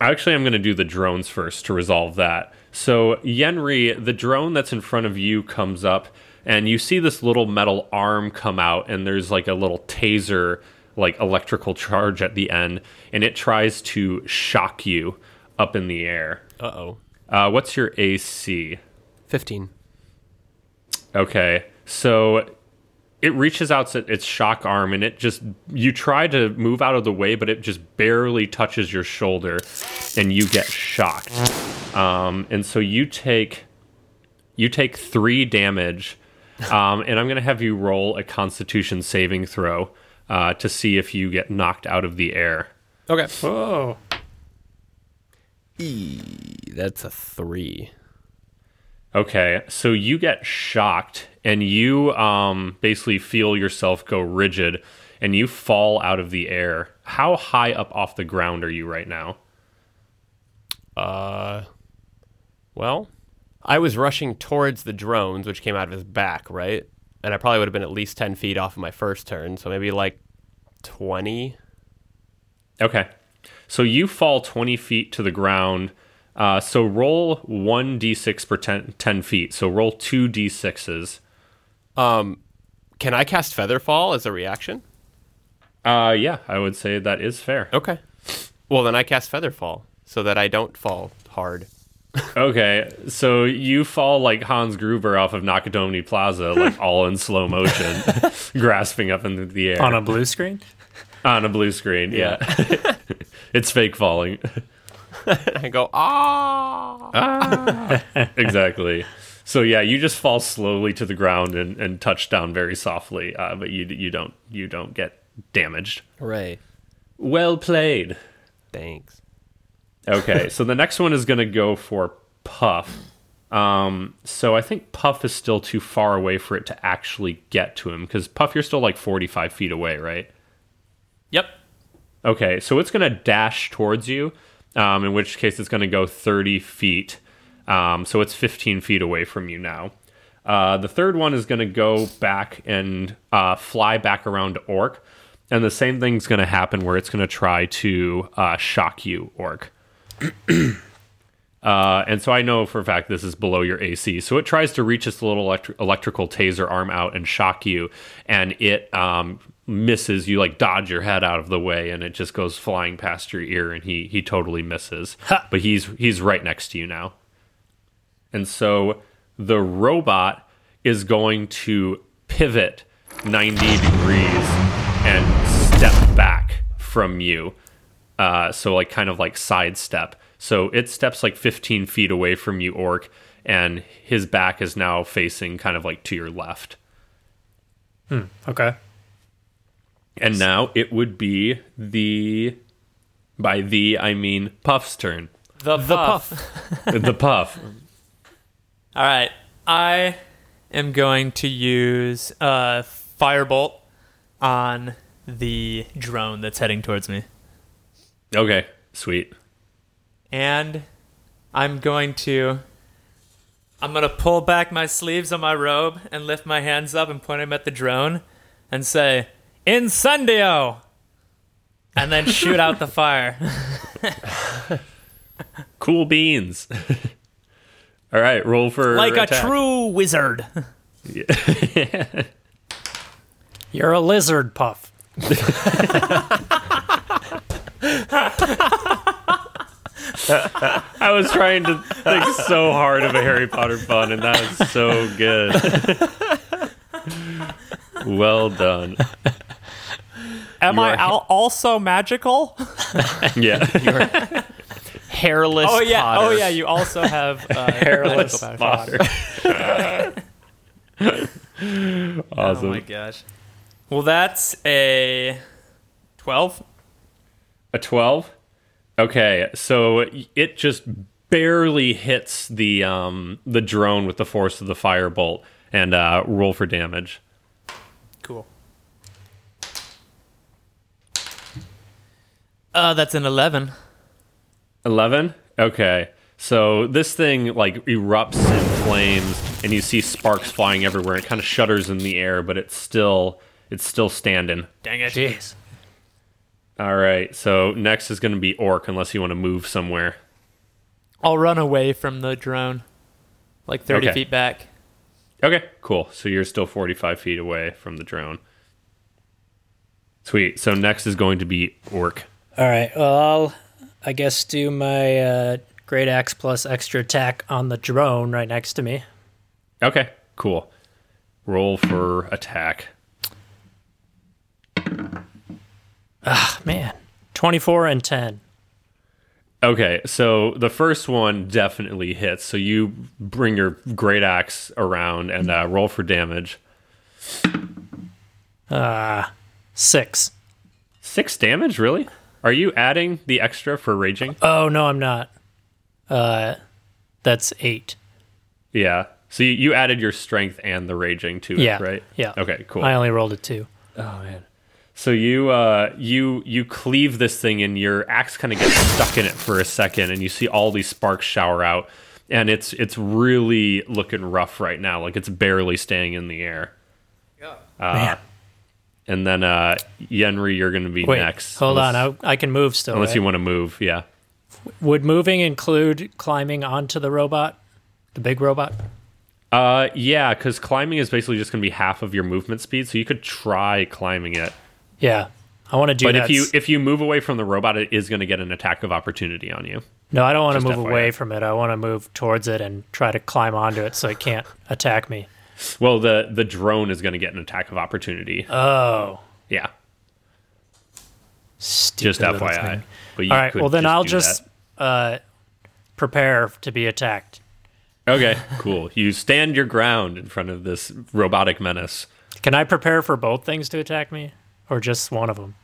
[SPEAKER 2] actually, I'm going to do the drones first to resolve that. So Yenri, the drone that's in front of you comes up, and you see this little metal arm come out, and there's like a little taser, like electrical charge at the end, and it tries to shock you up in the air.
[SPEAKER 3] Uh-oh.
[SPEAKER 2] Uh, what's your AC?
[SPEAKER 3] 15.
[SPEAKER 2] Okay. So it reaches out to its shock arm and it just you try to move out of the way, but it just barely touches your shoulder and you get shocked. Um, and so you take you take three damage. Um, and I'm gonna have you roll a constitution saving throw. uh, to see if you get knocked out of the air.
[SPEAKER 3] Okay.
[SPEAKER 1] Whoa.
[SPEAKER 3] That's a three.
[SPEAKER 2] Okay, so you get shocked and you um, basically feel yourself go rigid and you fall out of the air. How high up off the ground are you right now?
[SPEAKER 3] Well, I was rushing towards the drones, which came out of his back, right? And I probably would have been at least 10 feet off of my first turn, so maybe like 20.
[SPEAKER 2] Okay, so you fall 20 feet to the ground. Uh, so roll 1d6 per 10, 10 feet. So roll 2d6s.
[SPEAKER 3] Can I cast Featherfall as a reaction?
[SPEAKER 2] Uh, yeah, I would say that is fair.
[SPEAKER 3] Okay. Well, then I cast Featherfall so that I don't fall hard.
[SPEAKER 2] Okay, so you fall like Hans Gruber off of Nakatomi Plaza, like all in slow motion, grasping up into the air
[SPEAKER 1] On a blue screen?
[SPEAKER 2] on a blue screen. Yeah, it's fake falling.
[SPEAKER 3] I go, ah!
[SPEAKER 2] exactly. So yeah, you just fall slowly to the ground and, and touch down very softly, uh, but you you don't you don't get damaged.
[SPEAKER 3] Hooray.
[SPEAKER 2] Well played.
[SPEAKER 3] Thanks.
[SPEAKER 2] Okay, so the next one is going to go for Puff. Um, so I think Puff is still too far away for it to actually get to him because Puff, you're still like 45 feet away, right?
[SPEAKER 3] Yep.
[SPEAKER 2] Okay, so it's going to dash towards you, um, in which case it's going to go 30 feet. Um, so it's 15 feet away from you now. Uh, the third one is going to go back and uh, fly back around to Orc. And the same thing's going to happen where it's going to try to uh, shock you, Orc. Uh, and so I know for a fact this is below your AC. So it tries to reach its little electri- electrical taser arm out and shock you, and it um, misses. You like dodge your head out of the way, and it just goes flying past your ear, and he he totally misses. But he's he's right next to you now, and so the robot is going to pivot ninety degrees and step back from you uh, so like kind of like sidestep. So it steps like 15 feet away from you, Orc, and his back is now facing kind of like to your left.
[SPEAKER 1] Okay.
[SPEAKER 2] And now it would be the, by the I mean Puff's turn.
[SPEAKER 4] The, puff.
[SPEAKER 2] the Puff.
[SPEAKER 4] All right. I am going to use uh, firebolt on the drone that's heading towards me.
[SPEAKER 2] Okay, sweet.
[SPEAKER 4] and I'm going to I'm going to pull back my sleeves on my robe and lift my hands up and point them at the drone and say incendio and then shoot out the fire.
[SPEAKER 2] Cool beans. All right, roll for
[SPEAKER 4] like
[SPEAKER 2] attack.
[SPEAKER 4] a true wizard.
[SPEAKER 1] You're a lizard, Puff.
[SPEAKER 2] I was trying to think so hard of a Harry Potter pun, and that was so good. well done.
[SPEAKER 4] Am
[SPEAKER 2] You
[SPEAKER 4] I
[SPEAKER 2] are-
[SPEAKER 4] al- also magical?
[SPEAKER 2] Yeah.
[SPEAKER 3] Hairless
[SPEAKER 4] Oh yeah.
[SPEAKER 3] Potter.
[SPEAKER 4] Oh yeah, you also have uh,
[SPEAKER 1] Hairless
[SPEAKER 4] magical powers.
[SPEAKER 1] Potter.
[SPEAKER 4] Oh my gosh. Well, that's a 12.
[SPEAKER 2] A 12? Okay, so it just barely hits the um, the drone with the force of the firebolt and uh, roll for damage.
[SPEAKER 4] Cool. Uh, that's an 11.
[SPEAKER 2] 11 okay so this thing like erupts in flames and you see sparks flying everywhere it kind of shudders in the air but it's still it's still standing
[SPEAKER 4] Dang it.
[SPEAKER 1] Jeez.
[SPEAKER 2] all right so next is going to be orc unless you want to move somewhere
[SPEAKER 4] I'll run away from the drone, like 30
[SPEAKER 2] Okay.
[SPEAKER 4] feet back.
[SPEAKER 2] okay cool so you're still 45 feet away from the drone sweet so next is going to be orc
[SPEAKER 1] All right. Well, I'll, I guess, do my uh, great axe plus extra attack on the drone right next to me.
[SPEAKER 2] okay cool roll for attack
[SPEAKER 1] Ah, Man, 24 and 10.
[SPEAKER 2] Okay, so the first one definitely hits. So you bring your great axe around and uh, roll for damage.
[SPEAKER 1] Six.
[SPEAKER 2] Six damage, really? Are you adding the extra for raging?
[SPEAKER 1] Oh no, I'm not. Uh, that's eight.
[SPEAKER 2] Yeah. So you, you added your strength and the raging to it,
[SPEAKER 1] Yeah.
[SPEAKER 2] right?
[SPEAKER 1] Yeah.
[SPEAKER 2] Okay, cool.
[SPEAKER 1] I only rolled a two.
[SPEAKER 2] So you uh, you you cleave this thing, and your axe kind of gets stuck in it for a second, and you see all these sparks shower out, and it's it's really looking rough right now, like it's barely staying in the air. Ah.
[SPEAKER 1] Man.
[SPEAKER 2] And then uh, Yenri, you're going to be
[SPEAKER 1] Wait.
[SPEAKER 2] next.
[SPEAKER 1] Hold
[SPEAKER 2] unless,
[SPEAKER 1] on. I, I can move still.
[SPEAKER 2] unless
[SPEAKER 1] right?
[SPEAKER 2] you want to move, yeah.
[SPEAKER 1] Would moving include climbing onto the robot, the big robot?
[SPEAKER 2] Uh, yeah, because climbing is basically just going to be half of your movement speed, so you could try climbing it.
[SPEAKER 1] Yeah, I want to do
[SPEAKER 2] But
[SPEAKER 1] that.
[SPEAKER 2] if you if you move away from the robot, it is going to get an attack of opportunity on you.
[SPEAKER 1] no, I don't want to
[SPEAKER 2] Just
[SPEAKER 1] move
[SPEAKER 2] FYI.
[SPEAKER 1] away from it. I want to move towards it and try to climb onto it so it can't attack me.
[SPEAKER 2] Well, the the drone is going to get an attack of opportunity.
[SPEAKER 1] Oh,
[SPEAKER 2] yeah.
[SPEAKER 1] stupid
[SPEAKER 2] just
[SPEAKER 1] little
[SPEAKER 2] FYI.
[SPEAKER 1] thing.
[SPEAKER 2] But you
[SPEAKER 1] All right.
[SPEAKER 2] could
[SPEAKER 1] Well, then I'll
[SPEAKER 2] do
[SPEAKER 1] just uh, prepare to be attacked.
[SPEAKER 2] that. okay. Cool. You stand your ground in front of this robotic menace.
[SPEAKER 1] Can I prepare for both things to attack me, or just one of them?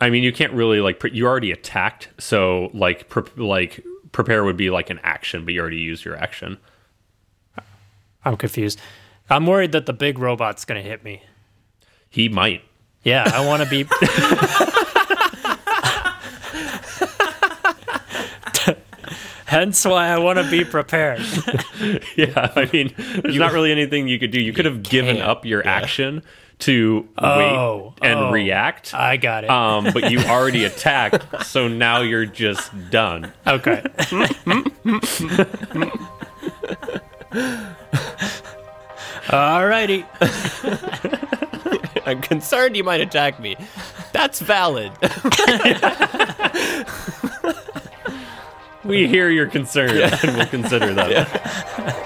[SPEAKER 2] I mean, you can't really like pre- you already attacked, so like pre- like prepare would be like an action, but you already used your action.
[SPEAKER 1] I'm confused. I'm worried that the big robot's going to hit me.
[SPEAKER 2] He might.
[SPEAKER 1] Yeah, I want to be. Hence why I want to be prepared.
[SPEAKER 2] Yeah. I mean, there's not really anything you could do. You could have given
[SPEAKER 3] can't,
[SPEAKER 2] up your action to
[SPEAKER 1] Oh,
[SPEAKER 2] wait and
[SPEAKER 1] oh.
[SPEAKER 2] react.
[SPEAKER 1] I got it.
[SPEAKER 2] um, but you already attacked, so now you're just done.
[SPEAKER 1] okay. Alrighty.
[SPEAKER 3] I'm concerned you might attack me. That's valid.
[SPEAKER 2] We hear your concern and we'll consider that.